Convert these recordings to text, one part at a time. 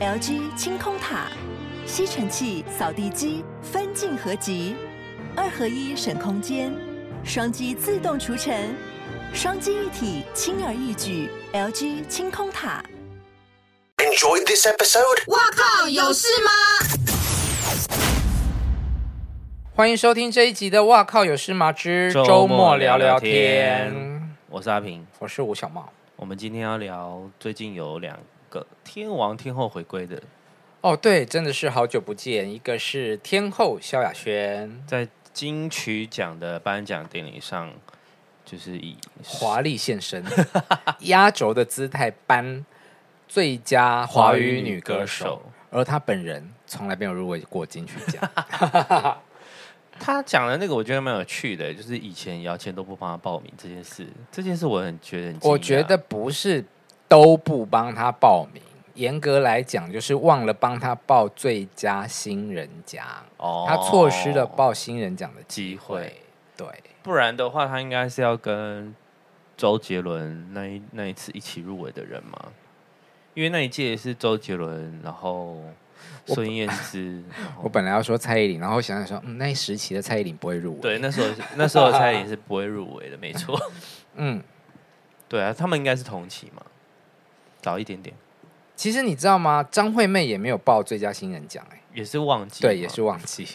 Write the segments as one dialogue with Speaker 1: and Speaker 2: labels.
Speaker 1: LG 清空塔、吸尘器、扫地机分镜合集，二合一省空间，双击自动除尘，双击一体轻而易举。LG 清空塔。
Speaker 2: Enjoyed this episode?
Speaker 3: 哇靠，有事吗？
Speaker 4: 欢迎收听这一集的《哇靠有事吗之周
Speaker 5: 周
Speaker 4: 末
Speaker 5: 末
Speaker 4: 聊
Speaker 5: 聊
Speaker 4: 聊
Speaker 5: 聊
Speaker 4: 天
Speaker 5: 天》，我是阿平，
Speaker 4: 我是吴小茂。
Speaker 5: 我们今天要聊最近有两个天王天后回归的，
Speaker 4: 哦，对，真的是好久不见。一个是天后萧亚轩，
Speaker 5: 在金曲奖的颁奖典礼上，就是以
Speaker 4: 华丽现 身，压轴的姿态颁最佳华语女歌手，，而她本人从来没有入围过金曲 奖。
Speaker 5: 他讲的那个我觉得蛮有趣的，就是以前姚谦都不帮他报名这件事，这件事我很觉得很惊讶
Speaker 4: 我觉得不是都不帮她报名，严格来讲就是忘了帮她报最佳新人奖，
Speaker 5: 哦
Speaker 4: 她错失了报新人奖的机
Speaker 5: 机
Speaker 4: 会
Speaker 5: 会，。
Speaker 4: 对。
Speaker 5: 不然的话，他应该是要跟周杰伦那一那一次一起入围的人嘛，因为那一届是周杰伦，然后孙燕姿，然后
Speaker 4: 我本来要说蔡依林，然后想想说，嗯，那一时期的蔡依林不会入围。
Speaker 5: 对，那时候那时候蔡依林是不会入围的，没错。
Speaker 4: 嗯，
Speaker 5: 对啊，他们应该是同期嘛，早一点点
Speaker 4: 其实你知道吗？张惠妹也没有报最佳新人奖、哎，
Speaker 5: 也是忘记，
Speaker 4: 对，也是。忘记。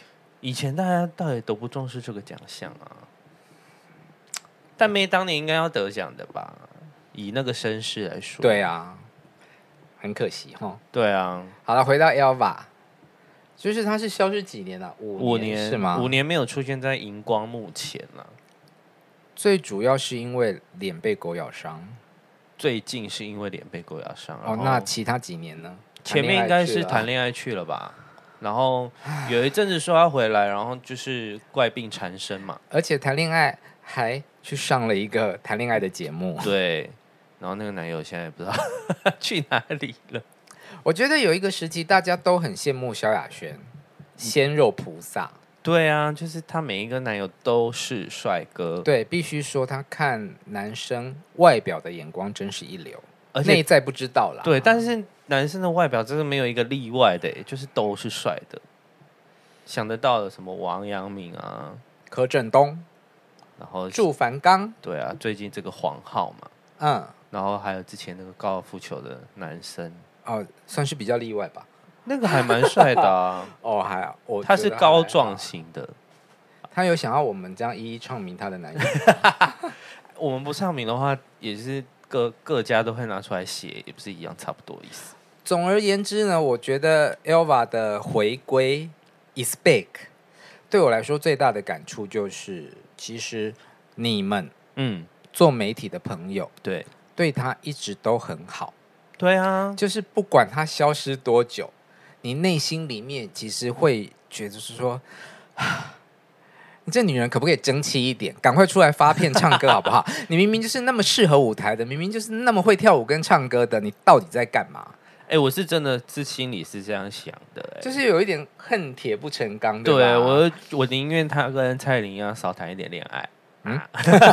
Speaker 5: 以前大家到底都不重视这个奖项啊，但妹当年应该要得奖的吧？以那个身世来说，
Speaker 4: 对啊，很可惜哈。
Speaker 5: 对啊，
Speaker 4: 好了，回到 Elva，就是她是消失几年了、五
Speaker 5: 五年
Speaker 4: 是吗？
Speaker 5: 五。年没有出现在荧光幕前啊了、
Speaker 4: 最主要是因为脸被狗咬伤
Speaker 5: 最近是因为脸被狗咬伤，
Speaker 4: 哦。
Speaker 5: 然后
Speaker 4: 那其他几年呢？
Speaker 5: 前面应该是谈
Speaker 4: 谈恋
Speaker 5: 恋爱去了吧？然后有一阵子说要回来，然后就是怪病缠身 嘛
Speaker 4: 爱，，而且谈恋爱还去上了一个谈恋爱的节目。
Speaker 5: 对。然后那个男友现在也不知道 去哪里了，
Speaker 4: 我觉得有一个时期大家都很羡慕萧亚轩，鲜肉菩萨。
Speaker 5: 对啊，就是她每一个男友都是帅哥，，
Speaker 4: 对，必须说他看男生外表的眼光真是一流，
Speaker 5: 而且
Speaker 4: 内在不知道啦。
Speaker 5: 对，但是男生的外表真的没有一个例外的耶，就是都是帅的。想得到的什么王阳明啊，
Speaker 4: 柯震东、
Speaker 5: 然后
Speaker 4: 祝凡刚，
Speaker 5: 对啊，最近这个黄浩嘛，
Speaker 4: 嗯，
Speaker 5: 然后还有之前那个高尔夫球的男生，
Speaker 4: 哦，算是比较例外吧。，
Speaker 5: 那个还蛮帅的啊
Speaker 4: 哦，还好啊我
Speaker 5: 他
Speaker 4: 觉
Speaker 5: 是
Speaker 4: 得
Speaker 5: 高
Speaker 4: 还
Speaker 5: 壮型的。
Speaker 4: 好，他有想要我们这样一一唱名他的 男友
Speaker 5: 我们不唱名的话，也是各各家都会拿出来写，也不是一样，差不多意思。
Speaker 4: 总而言之呢，我觉得 Elva 的回归 is big，对我来说最大的感触就是，其实你们
Speaker 5: 嗯，
Speaker 4: 做媒体的朋友
Speaker 5: 对，
Speaker 4: 对他一直都很好。
Speaker 5: 对啊，
Speaker 4: 就是不管它消失多久，你内心里面其实会觉得是说，啊你这女人可不可以争气一点，赶快出来发片唱歌好不好？ 你明明就是那么适合舞台的，明明就是那么会跳舞跟唱歌的，你到底在干嘛？
Speaker 5: 哎、我是真的是心里是这样想的、哎，
Speaker 4: 就是有一点恨铁不成钢，
Speaker 5: 对
Speaker 4: 吧？哦
Speaker 5: 我，我宁愿他跟蔡依林一样少谈一点恋爱。
Speaker 4: 嗯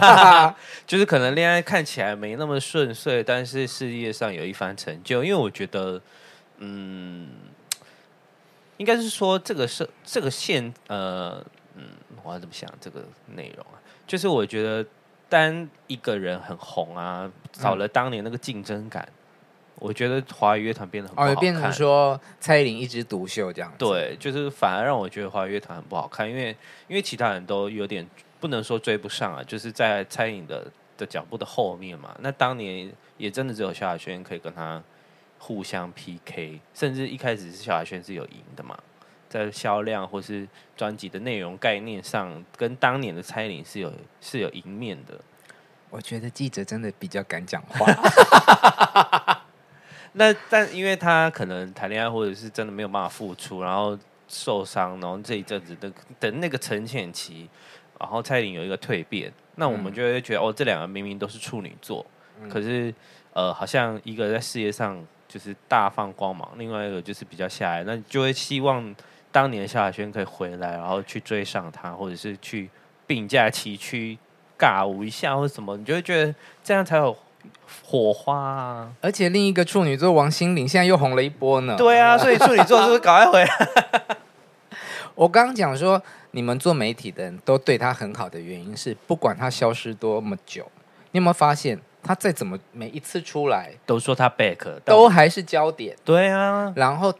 Speaker 5: 啊 就是可能恋爱看起来没那么顺遂，但是事业上有一番成就。因为我觉得，嗯，应该是说这个是这个现呃，嗯，我要怎么想这个内容啊？就是我觉得单一个人很红啊，少
Speaker 4: 嗯
Speaker 5: 了当年那个竞争感，我觉得华语乐团变得很不好
Speaker 4: 哦，
Speaker 5: 看。
Speaker 4: 变成说蔡依林一枝独秀这样子。，
Speaker 5: 对，就是反而让我觉得华语乐坛很不好看，因为因为其他人都有点不能说追不上啊，就是在蔡依林的的脚步的后面嘛。那当年也真的只有萧亚轩可以跟他互相 PK，甚至一开始是萧亚轩是有赢的嘛，在销量或是专辑的内容概念上，跟当年的蔡依林是有是有赢面的。
Speaker 4: 我觉得记者真的比较敢讲话。
Speaker 5: 那但因为他可能谈恋爱，或者是真的没有办法付出，然后受伤，然后这一阵子的等那个沉潜期，然后蔡依林有一个蜕变，那我们就会觉得、哦，这两个明明都是处女座，可是呃，好像一个在事业上就是大放光芒，另外一个就是比较下来，那就会希望当年萧亚轩可以回来，然后去追上他，或者是去并驾齐驱。尬舞一下或什么，你就会觉得这样才有火花啊。
Speaker 4: 而且另一个处女座王心凌现在又红了一波呢。
Speaker 5: 对啊，所以处女座是不是赶快回来？
Speaker 4: 我刚刚讲说，你们做媒体的人都对他很好的原因是，不管他消失多么久，你有没有发现，他再怎么每一次出来，
Speaker 5: 都说他 back，但
Speaker 4: 都还是焦点。
Speaker 5: 对啊，
Speaker 4: 然后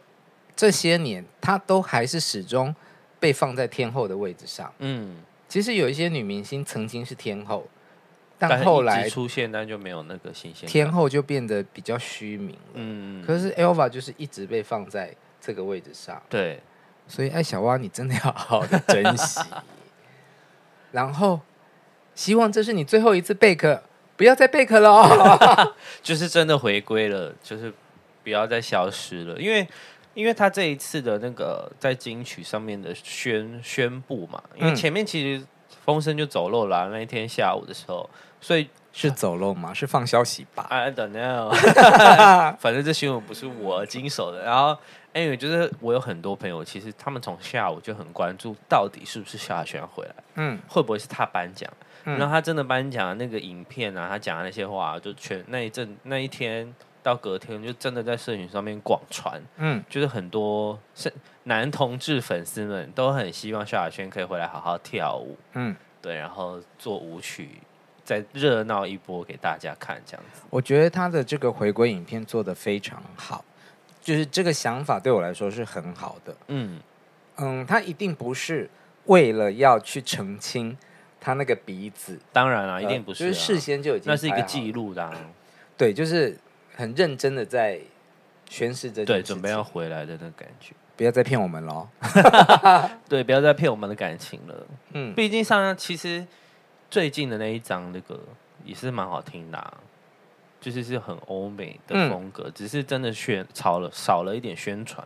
Speaker 4: 这些年，他都还是始终被放在天后的位置上。
Speaker 5: 嗯，
Speaker 4: 其实有一些女明星曾经是天后，
Speaker 5: 但
Speaker 4: 但
Speaker 5: 是
Speaker 4: 后
Speaker 5: 一直
Speaker 4: 来
Speaker 5: 出现，但就没有那个新鲜感
Speaker 4: 天，后就变得比较虚名了。
Speaker 5: 嗯，
Speaker 4: 可是 Elva 就是一直被放在这个位置上，
Speaker 5: 对，
Speaker 4: 所以艾小蛙，你真的要好好的珍惜。 然后，希望这是你最后一次备课，不要再备课了 哦。
Speaker 5: 就是真的回归了，就是不要再消失了，因为因为他这一次的那个在金曲上面的宣宣布嘛，因为
Speaker 4: 嗯
Speaker 5: 前面其实风声就走漏了啊、那一天下午的时候，所以
Speaker 4: 是走漏吗？是放消息吧？
Speaker 5: I don't know，反正这新闻不是我经手的。然后，哎因为就是我有很多朋友，其实他们从下午就很关注，到底是不是萧亚轩回来，
Speaker 4: 嗯，
Speaker 5: 会不会是他颁奖？
Speaker 4: 嗯
Speaker 5: 然后他真的颁奖，那个影片啊，他讲的那些话啊、就全那一阵那一天到隔天，就真的在社群上面广传，
Speaker 4: 嗯，
Speaker 5: 就是很多是男同志粉丝们都很希望萧亚轩可以回来好好跳舞，
Speaker 4: 嗯，
Speaker 5: 对，然后做舞曲，再热闹一波给大家看，这样子。
Speaker 4: 我觉得他的这个回归影片做的非常好，就是这个想法对我来说是很好的。
Speaker 5: 嗯，
Speaker 4: 嗯，他一定不是为了要去澄清他那个鼻子，
Speaker 5: 当然啦、
Speaker 4: 呃
Speaker 5: 一定不是、啊，
Speaker 4: 就是事先就已经
Speaker 5: 那是一个
Speaker 4: 拍好
Speaker 5: 记
Speaker 4: 了，
Speaker 5: 录的、啊，
Speaker 4: 对，就是很认真的在宣誓这件
Speaker 5: 对，
Speaker 4: 事情
Speaker 5: 准备要回来的那感觉。
Speaker 4: 不要再骗我们哦喽。
Speaker 5: 对，不要再骗我们的感情了。
Speaker 4: 嗯，
Speaker 5: 毕竟上其实最近的那一张那个也是蛮好听的、啊，就是是很欧美的
Speaker 4: 嗯
Speaker 5: 风格，只是真的宣少了少了一点宣传。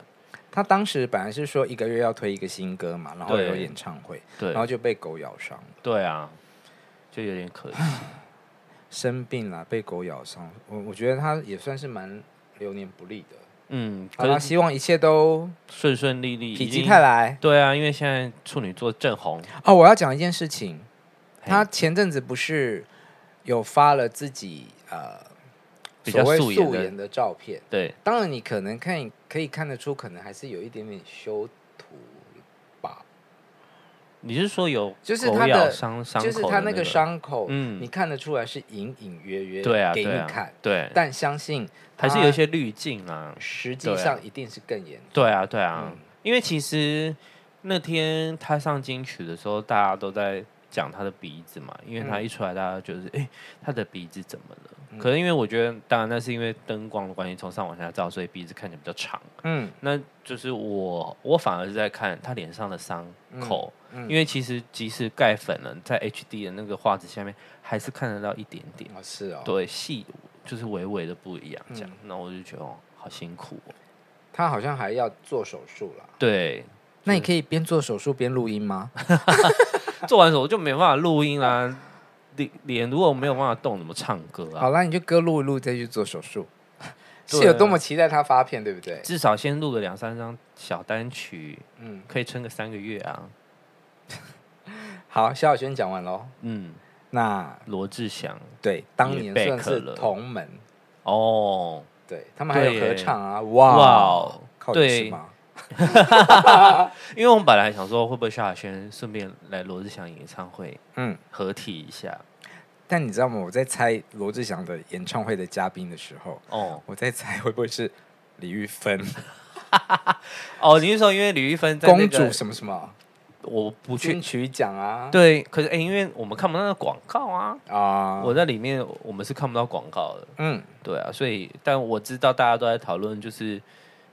Speaker 4: 他当时本来是说一个月要推一个新歌嘛，然后
Speaker 5: 对
Speaker 4: 有演唱会，
Speaker 5: 对
Speaker 4: 然，后就被狗咬伤，
Speaker 5: 对啊，就有点 可惜。
Speaker 4: 生病了，被狗咬伤。我我觉得他也算是蛮流年不利的。
Speaker 5: 嗯，
Speaker 4: 好啦，
Speaker 5: 可是
Speaker 4: 希望一切都
Speaker 5: 顺顺利利，
Speaker 4: 否
Speaker 5: 已
Speaker 4: 极
Speaker 5: 经
Speaker 4: 泰。来
Speaker 5: 对啊，因为现在处女座正红，
Speaker 4: 哦！我要讲一件事情，
Speaker 5: 嘿
Speaker 4: 他前阵子不是有发了自己呃
Speaker 5: 比较
Speaker 4: 所谓素
Speaker 5: 素颜的
Speaker 4: 颜的照片，
Speaker 5: 对，
Speaker 4: 当然你可能看可以看得出，可能还是有一点点修图吧，
Speaker 5: 你是说有
Speaker 4: 就是
Speaker 5: 狗
Speaker 4: 他的
Speaker 5: 咬伤伤口
Speaker 4: 就是他那
Speaker 5: 个
Speaker 4: 个伤口，
Speaker 5: 嗯
Speaker 4: 你看得出来是隐隐约约
Speaker 5: 对啊，
Speaker 4: 给你
Speaker 5: 对啊
Speaker 4: 看，
Speaker 5: 对，
Speaker 4: 但相信
Speaker 5: 还是
Speaker 4: 它
Speaker 5: 有一些滤镜啊。
Speaker 4: 实际
Speaker 5: 对啊
Speaker 4: 上一定是更严重。
Speaker 5: 对啊，对啊，
Speaker 4: 嗯
Speaker 5: 因为其实那天他上金曲的时候，大家都在讲他的鼻子嘛，因为他
Speaker 4: 嗯
Speaker 5: 一出来，大家就是哎、诶他的鼻子怎么了？可是因为我觉得，当然那是因为灯光的关系，从上往下照，所以鼻子看起来比较长。
Speaker 4: 嗯
Speaker 5: 那就是我，我反而是在看他脸上的伤口，
Speaker 4: 嗯
Speaker 5: 因为其实即使盖粉了，在 HD 的那个画质下面，还是看得到一点点。
Speaker 4: 哦是哦，嗯
Speaker 5: 对，细就是微微的不一样这样。那、我就觉得哦，好辛苦、哦。
Speaker 4: 他好像还要做手术了。
Speaker 5: 对，
Speaker 4: 那你可以边做手术边录音吗？
Speaker 5: 做完手我就没办法录音啦，脸脸如果没有办法动，怎么唱歌
Speaker 4: 好
Speaker 5: 啊？
Speaker 4: 啦，你就歌录一录再去做手术，
Speaker 5: 对啊
Speaker 4: 是有多么期待他发片，对不对？
Speaker 5: 至少先录个两三张小单曲，
Speaker 4: 嗯，
Speaker 5: 可以撑个三个月啊。
Speaker 4: 好，萧亚轩讲完喽。
Speaker 5: 嗯，
Speaker 4: 那
Speaker 5: 罗志祥
Speaker 4: 对，当年
Speaker 5: 也
Speaker 4: 算
Speaker 5: back
Speaker 4: 是
Speaker 5: 了
Speaker 4: 同门，
Speaker 5: 哦，
Speaker 4: 对他们还有合
Speaker 5: 对
Speaker 4: 唱啊，
Speaker 5: 哇
Speaker 4: 哇
Speaker 5: 哦，
Speaker 4: 靠你
Speaker 5: 对
Speaker 4: 是吗？
Speaker 5: 因为我们本来想说会不会萧亚轩顺便来罗志祥演唱会
Speaker 4: 嗯，
Speaker 5: 合体一下
Speaker 4: 但你知道吗？我在猜罗志祥的演唱会的嘉宾的时候，
Speaker 5: 哦
Speaker 4: 我在猜会不会是李玉芬、
Speaker 5: 哦，你是说因为李玉芬在、那
Speaker 4: 公
Speaker 5: 个、
Speaker 4: 主什么什么
Speaker 5: 我不
Speaker 4: 金曲
Speaker 5: 去
Speaker 4: 奖啊？
Speaker 5: 对，可是哎、因为我们看不到那个广告啊，
Speaker 4: 啊，
Speaker 5: 我在里面我们是看不到广告的。
Speaker 4: 嗯，
Speaker 5: 对啊，所以但我知道大家都在讨论，就是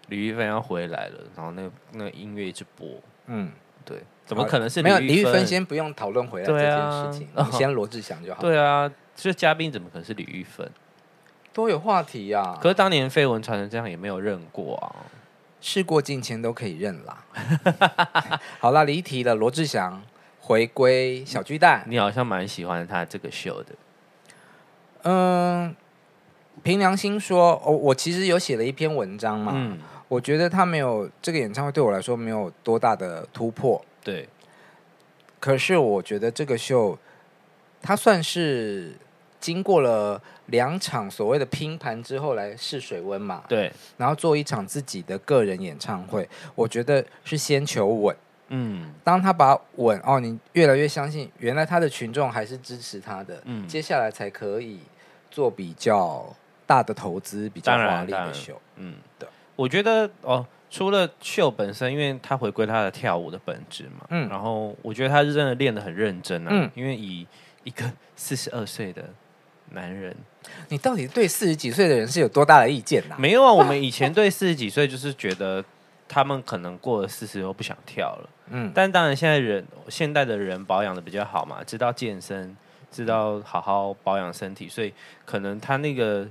Speaker 5: 李玉芬要回来了，然后那个那个音乐一直播，
Speaker 4: 嗯，
Speaker 5: 对，怎么可能是
Speaker 4: 没有
Speaker 5: 李
Speaker 4: 李
Speaker 5: 玉
Speaker 4: 玉
Speaker 5: 芬
Speaker 4: 芬？先不用讨论回来这
Speaker 5: 对
Speaker 4: 件
Speaker 5: 啊
Speaker 4: 事情，我们先罗志祥就好。
Speaker 5: 对啊，这嘉宾怎么可能是李玉芬？
Speaker 4: 多有话题呀、啊。
Speaker 5: 可是当年绯闻传成这样也没有认过啊。
Speaker 4: 事过境迁都可以认啦。 好啦，离题了。罗志祥回归小巨蛋，
Speaker 5: 你好像蛮喜欢他这个秀的，
Speaker 4: 嗯，凭良心说，我、我其实有写了一篇文章嘛，
Speaker 5: 嗯，
Speaker 4: 我觉得他没有这个演唱会对我来说没有多大的突破，
Speaker 5: 对，
Speaker 4: 可是我觉得这个秀，它算是经过了两场所谓的拼盘之后来试水温嘛，
Speaker 5: 对，
Speaker 4: 然后做一场自己的个人演唱会，我觉得是先求稳。
Speaker 5: 嗯
Speaker 4: 当他把稳哦，你越来越相信，原来他的群众还是支持他的，
Speaker 5: 嗯
Speaker 4: 接下来才可以做比较大的投资，比较
Speaker 5: 当然
Speaker 4: 华丽
Speaker 5: 当
Speaker 4: 的
Speaker 5: 然
Speaker 4: 秀。
Speaker 5: 嗯
Speaker 4: 对，
Speaker 5: 我觉得哦，除了秀本身，因为他回归他的跳舞的本质嘛，
Speaker 4: 嗯
Speaker 5: 然后我觉得他是真的练得很认真啊，
Speaker 4: 嗯
Speaker 5: 因为以一个四十二岁的男人，
Speaker 4: 你到底对四十几岁的人是有多大的意见呐、
Speaker 5: 没有啊，我们以前对四十几岁就是觉得他们可能过了四十后不想跳了。
Speaker 4: 嗯，
Speaker 5: 但当然，现在人现代的人保养的比较好嘛，知道健
Speaker 4: 嗯
Speaker 5: 身，知道好好保养身体，所以可能他那个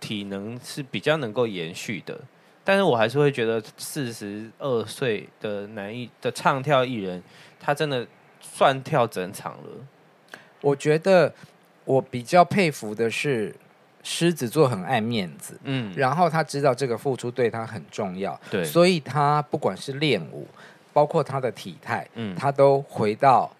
Speaker 5: 体能是比较能够延续的。但是我还是会觉得四十二岁的男艺的唱跳艺人，他真的算跳整场了。
Speaker 4: 我觉得我比较佩服的是狮子座很爱面子，
Speaker 5: 嗯，
Speaker 4: 然后他知道这个付出对他很重要，
Speaker 5: 对
Speaker 4: 所以他不管是练舞，包括他的体态，
Speaker 5: 嗯
Speaker 4: 他都回到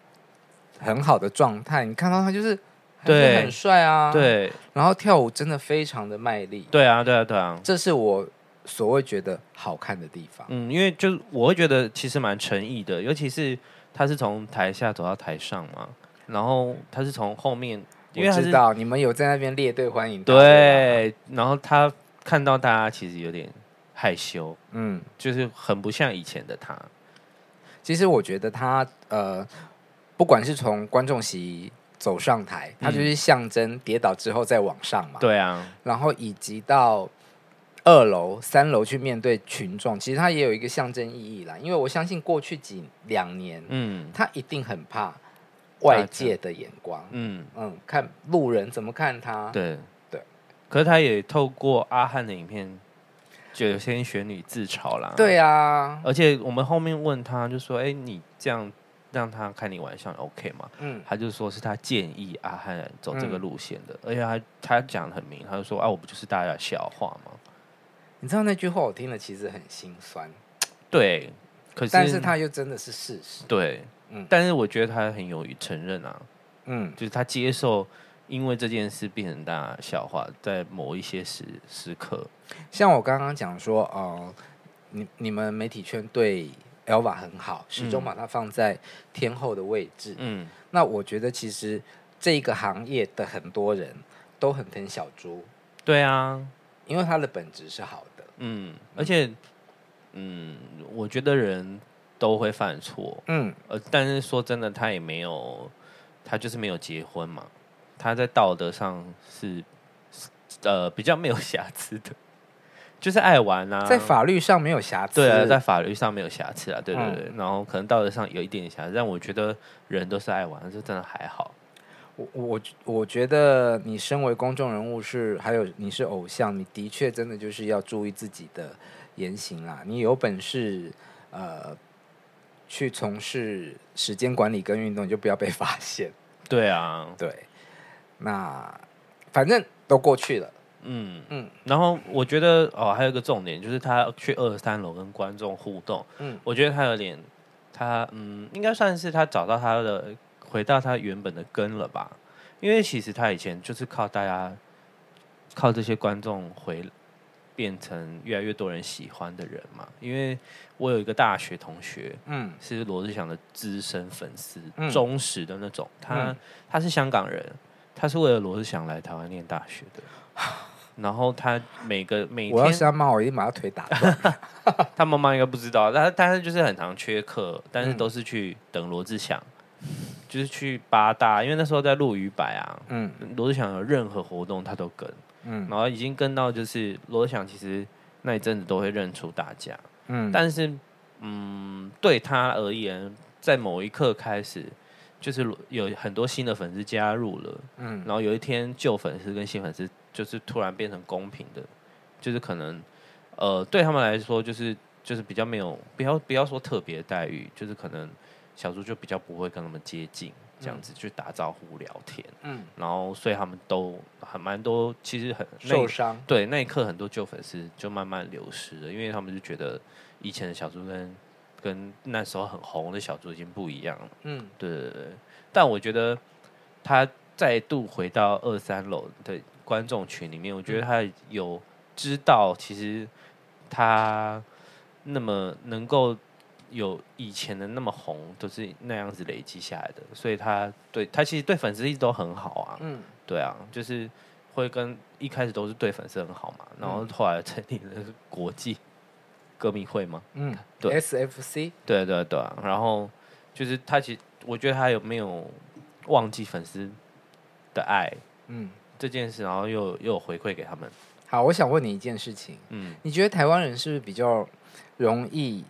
Speaker 4: 很好的状态。你看到他就是还是
Speaker 5: 对
Speaker 4: 很帅啊，，
Speaker 5: 对
Speaker 4: 然后跳舞真的非常的卖力，
Speaker 5: 对啊，对啊，对啊。
Speaker 4: 这是我所谓觉得好看的地方。
Speaker 5: 嗯，因为就是我会觉得其实蛮诚意的，尤其是他是从台下走到台上嘛，然后他是从后面，因为
Speaker 4: 我
Speaker 5: 他
Speaker 4: 知
Speaker 5: 是
Speaker 4: 道你们有在那边列队欢迎他，吧，
Speaker 5: 对，然后他看到大家其实有点害羞，
Speaker 4: 嗯，
Speaker 5: 就是很不像以前的他。
Speaker 4: 啊其实我觉得他呃，不管是从观众席走上台，他就是象征跌倒之后再往上嘛，
Speaker 5: 对啊，
Speaker 4: 然后以及到二楼、三楼去面对群众，其实它也有一个象征意义啦。因为我相信过去几两年，
Speaker 5: 嗯
Speaker 4: 他一定很怕外界的眼光，
Speaker 5: 嗯，
Speaker 4: 嗯，看路人怎么看他，
Speaker 5: 对
Speaker 4: 对。
Speaker 5: 可是他也透过阿汉的影片，就有些选女自嘲啦。
Speaker 4: 对啊，
Speaker 5: 而且我们后面问他就说：“哎、你这样让他开你玩笑你，OK 吗？”
Speaker 4: 嗯，
Speaker 5: 他就说是他建议阿汉走这个路线的，而且他他讲得很明，他就说啊，我不就是大家的笑话吗？
Speaker 4: 你知道那句话我听了其实很心酸，
Speaker 5: 对，可是
Speaker 4: 但是他又真的是事实，
Speaker 5: 对，
Speaker 4: 嗯
Speaker 5: 但是我觉得他很勇于承认啊，
Speaker 4: 嗯，
Speaker 5: 就是他接受，因为这件事变成大家的笑话，在某一些时时刻，
Speaker 4: 像我刚刚讲说，哦、你你们媒体圈对 Elva 很好，始终
Speaker 5: 嗯
Speaker 4: 把她放在天后的位置，
Speaker 5: 嗯，
Speaker 4: 那我觉得其实这个行业的很多人都很疼小猪，
Speaker 5: 对啊，
Speaker 4: 因为他的本质是好的。
Speaker 5: 嗯，而且，嗯，我觉得人都会犯错，
Speaker 4: 嗯，
Speaker 5: 呃，但是说真的，他也没有，他就是没有结婚嘛，他在道德上是呃比较没有瑕疵的，就是爱玩啊，
Speaker 4: 在法律上没有瑕疵。
Speaker 5: 对啊，在法律上没有瑕疵啊，对对
Speaker 4: 嗯
Speaker 5: 对，然后可能道德上有一点瑕疵，但我觉得人都是爱玩，这真的还好，
Speaker 4: 我我我觉得你身为公众人物是，还有你是偶像，你的确真的就是要注意自己的言行啦。你有本事呃去从事时间管理跟运动，你就不要被发现。
Speaker 5: 对啊，
Speaker 4: 对，那反正都过去了。
Speaker 5: 嗯嗯
Speaker 4: 嗯，
Speaker 5: 然后我觉得哦，还有一个重点就是他去二三楼跟观众互动，
Speaker 4: 嗯
Speaker 5: 我觉得他有点，他嗯，应该算是他找到他的回到他原本的根了吧，因为其实他以前就是靠大家靠这些观众回变成越来越多人喜欢的人嘛，因为我有一个大学同学，
Speaker 4: 嗯
Speaker 5: 是罗志祥的资深粉丝，
Speaker 4: 嗯
Speaker 5: 忠实的那种。他、
Speaker 4: 嗯
Speaker 5: 他是香港人，他是为了罗志祥来台湾念大学 的。然后他每个每
Speaker 4: 我要
Speaker 5: 天
Speaker 4: 是，他骂我，一定把他腿打 断。
Speaker 5: 他妈妈应该不知道，但但是就是很常缺课，但是
Speaker 4: 嗯
Speaker 5: 都是去等罗志祥，就是去八大，因为那时候在录鱼摆啊，
Speaker 4: 嗯
Speaker 5: 罗志祥有任何活动他都跟，
Speaker 4: 嗯
Speaker 5: 然后已经跟到就是罗志祥其实那一阵子都会认出大家，
Speaker 4: 嗯，
Speaker 5: 但是，嗯，对他而言，在某一刻开始，就是有很多新的粉丝加入了，
Speaker 4: 嗯
Speaker 5: 然后有一天旧粉丝跟新粉丝就是突然变成公平的，就是可能，呃，对他们来说就是就是比较没有不要不要说特别待遇，就是可能小猪就比较不会跟他们接近，这样子去打招呼聊天，
Speaker 4: 嗯
Speaker 5: 然后所以他们都很蛮多，其实很那
Speaker 4: 受伤，
Speaker 5: 对，那一刻很多旧粉丝就慢慢流失了，因为他们就觉得以前的小猪跟跟那时候很红的小猪已经不一样了。
Speaker 4: 嗯
Speaker 5: 对对对，但我觉得他再度回到二三楼的观众群里面，我觉得他有知道，其实他那么能够有以前的那么红，都是那样子累积下来的，所以他对他其实对粉丝一直都很好啊，
Speaker 4: 嗯，
Speaker 5: 对啊，就是会跟一开始都是对粉丝很好嘛，然
Speaker 4: 嗯
Speaker 5: 后后来成立了国际歌迷会嘛，
Speaker 4: 嗯，
Speaker 5: 对
Speaker 4: ，SFC，
Speaker 5: 对对对啊、然后就是他其实我觉得他有没有忘记粉丝的爱
Speaker 4: 嗯，
Speaker 5: 这件事，然后又又有回馈给他们，
Speaker 4: 好，我想问你一件事情，
Speaker 5: 嗯，
Speaker 4: 你觉得台湾人是不是比较容易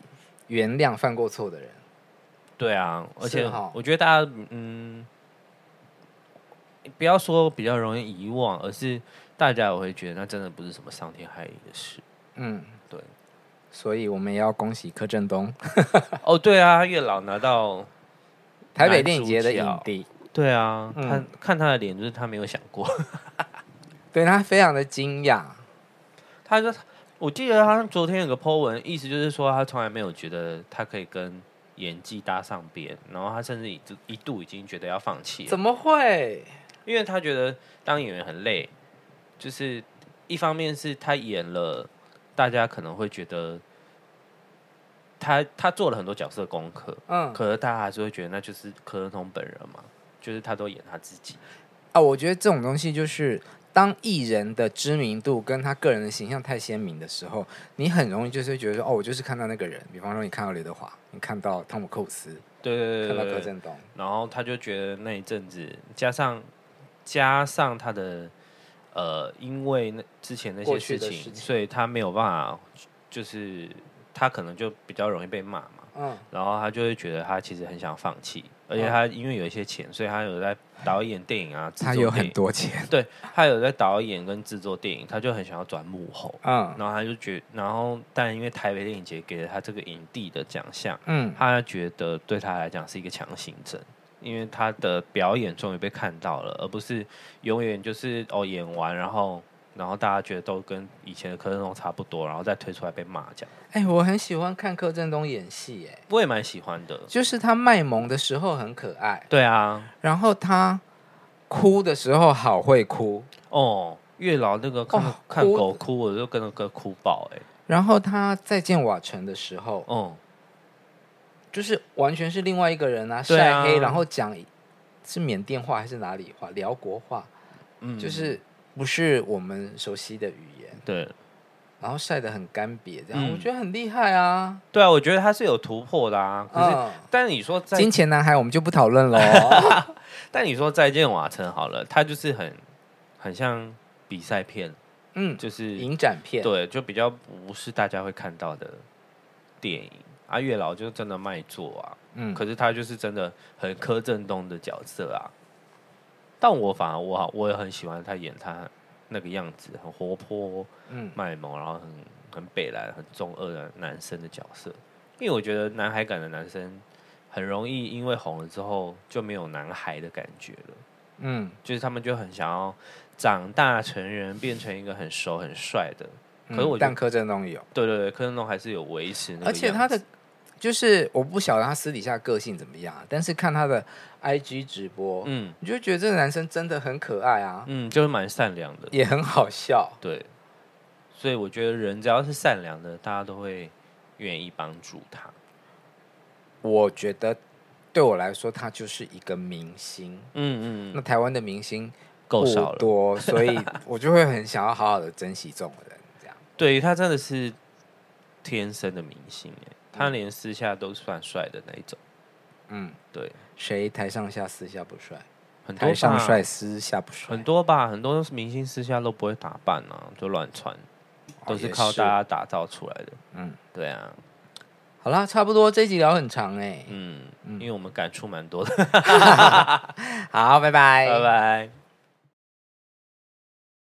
Speaker 4: 原谅犯过错的人？
Speaker 5: 对啊，而
Speaker 4: 是
Speaker 5: 且
Speaker 4: 哈
Speaker 5: 我觉得大家嗯，不要说比较容易遗忘，而是大家也会觉得那真的不是什么伤天害理的事，
Speaker 4: 嗯，
Speaker 5: 对，
Speaker 4: 所以我们也要恭喜柯震东，
Speaker 5: 哦，对啊，月老拿到。
Speaker 4: 台北电影节的影帝，
Speaker 5: 对啊，
Speaker 4: 嗯
Speaker 5: 他看他的脸，就是他没有想过。
Speaker 4: 对他非常的惊讶。
Speaker 5: 他说，我记得他昨天有个 po 文，意思就是说他从来没有觉得他可以跟演技搭上边，然后他甚至一度一度已经觉得要放弃了
Speaker 4: 怎，么会？
Speaker 5: 因为他觉得当演员很累，就是一方面是他演了，大家可能会觉得他他做了很多角色功课，
Speaker 4: 嗯
Speaker 5: 可是大家还是会觉得那就是柯震东本人嘛，就是他都演他自己。
Speaker 4: 啊，我觉得这种东西就是，当艺人的知名度跟他个人的形象太鲜明的时候，你很容易就是会觉得说，哦，我就是看到那个人。比方说，你看到刘德华，你看到汤姆克鲁斯，
Speaker 5: 对对对
Speaker 4: 看
Speaker 5: 对
Speaker 4: 到
Speaker 5: 对
Speaker 4: 柯震东，
Speaker 5: 然后他就觉得那一阵子，加上加上他的呃，因为那之前那
Speaker 4: 过
Speaker 5: 些
Speaker 4: 去
Speaker 5: 事
Speaker 4: 的
Speaker 5: 情，
Speaker 4: 事情
Speaker 5: 所以他没有办法，就是他可能就比较容易被骂嘛。
Speaker 4: 嗯，
Speaker 5: 然后他就会觉得他其实很想放弃，而
Speaker 4: 嗯
Speaker 5: 且他因为有一些钱，所以他有在导演电影啊，制
Speaker 4: 他
Speaker 5: 作
Speaker 4: 有
Speaker 5: 电
Speaker 4: 很
Speaker 5: 影，
Speaker 4: 多钱，
Speaker 5: 对他有在导演跟制作电影，他就很想要转幕后。
Speaker 4: 嗯
Speaker 5: 然后他就觉然后但因为台北电影节给了他这个影帝的奖项，
Speaker 4: 嗯，
Speaker 5: 他觉得对他来讲是一个强行症，因为他的表演终于被看到了，而不是永远就是哦演完，然后然后大家觉得都跟以前的柯震东差不多，然后再推出来被骂这样。
Speaker 4: 哎，我很喜欢看柯震东演戏，哎，
Speaker 5: 我也蛮喜欢的，
Speaker 4: 就是他卖萌的时候很可爱，
Speaker 5: 对啊，
Speaker 4: 然后他哭的时候好会哭，
Speaker 5: 哦，月老那个看、
Speaker 4: 哦
Speaker 5: 看
Speaker 4: 哭
Speaker 5: 狗哭，我就跟那个哭爆哎、
Speaker 4: 然后他再见瓦城的时候，
Speaker 5: 哦、
Speaker 4: 就是完全是另外一个人啊，
Speaker 5: 对啊
Speaker 4: 晒黑，然后讲是缅甸话还是哪里话，辽国话，
Speaker 5: 嗯，
Speaker 4: 就是不是我们熟悉的语言，
Speaker 5: 对
Speaker 4: 然后晒得很干瘪，这样、
Speaker 5: 嗯
Speaker 4: 我觉得很厉害啊。
Speaker 5: 对啊，我觉得他是有突破的啊，可是。
Speaker 4: 嗯，
Speaker 5: 但你说在
Speaker 4: 金钱男孩我们就不讨论了 哦。
Speaker 5: 但你说再见瓦城好了，他就是很很像比赛片，
Speaker 4: 嗯，
Speaker 5: 就是
Speaker 4: 影展片，
Speaker 5: 对，就比较不是大家会看到的电影。啊，月老就真的卖座啊，
Speaker 4: 嗯，
Speaker 5: 可是他就是真的很柯震东的角色啊。但我反而我好我也很喜欢他演他那个样子，很活泼、
Speaker 4: 嗯
Speaker 5: 卖萌，然后很很北蓝、很中二的男生的角色。因为我觉得男孩感的男生很容易因为红了之后就没有男孩的感觉了。
Speaker 4: 嗯
Speaker 5: 就是他们就很想要长大成人，变成一个很熟很帅的。可是
Speaker 4: 嗯
Speaker 5: 我觉
Speaker 4: 但
Speaker 5: 得，
Speaker 4: 柯震东有，
Speaker 5: 对对对，柯震东还是有维持那个
Speaker 4: 而且他的
Speaker 5: 样子
Speaker 4: 就是我不晓得他私底下个性怎么样，但是看他的 IG 直播，
Speaker 5: 嗯
Speaker 4: 你就觉得这个男生真的很可爱啊，
Speaker 5: 嗯，就是蛮善良的，
Speaker 4: 也很好笑。
Speaker 5: 对。所以我觉得人只要是善良的，大家都会愿意帮助他。
Speaker 4: 我觉得对我来说，他就是一个明星。
Speaker 5: 嗯
Speaker 4: 那
Speaker 5: 嗯，
Speaker 4: 台湾的明星
Speaker 5: 够少
Speaker 4: 不
Speaker 5: 了。
Speaker 4: 多，所以我就会很想要好好的珍惜这种人。这样，
Speaker 5: 对他真的是天生的明星哎，他连私下都算帅的那一种。
Speaker 4: 嗯，
Speaker 5: 对，
Speaker 4: 谁台上下私下不帅？
Speaker 5: 很多
Speaker 4: 台上
Speaker 5: 吧
Speaker 4: 帅，私下不帅，
Speaker 5: 很多吧，很多明星私下都不会打扮啊，就乱穿。
Speaker 4: 哦
Speaker 5: 都是
Speaker 4: 也
Speaker 5: 靠大家打造出来的。
Speaker 4: 嗯，
Speaker 5: 对啊，
Speaker 4: 好啦，差不多这一集聊很长哎、
Speaker 5: 嗯，
Speaker 4: 嗯
Speaker 5: 因为我们感触蛮多的。
Speaker 4: 好，拜拜，
Speaker 5: 拜拜。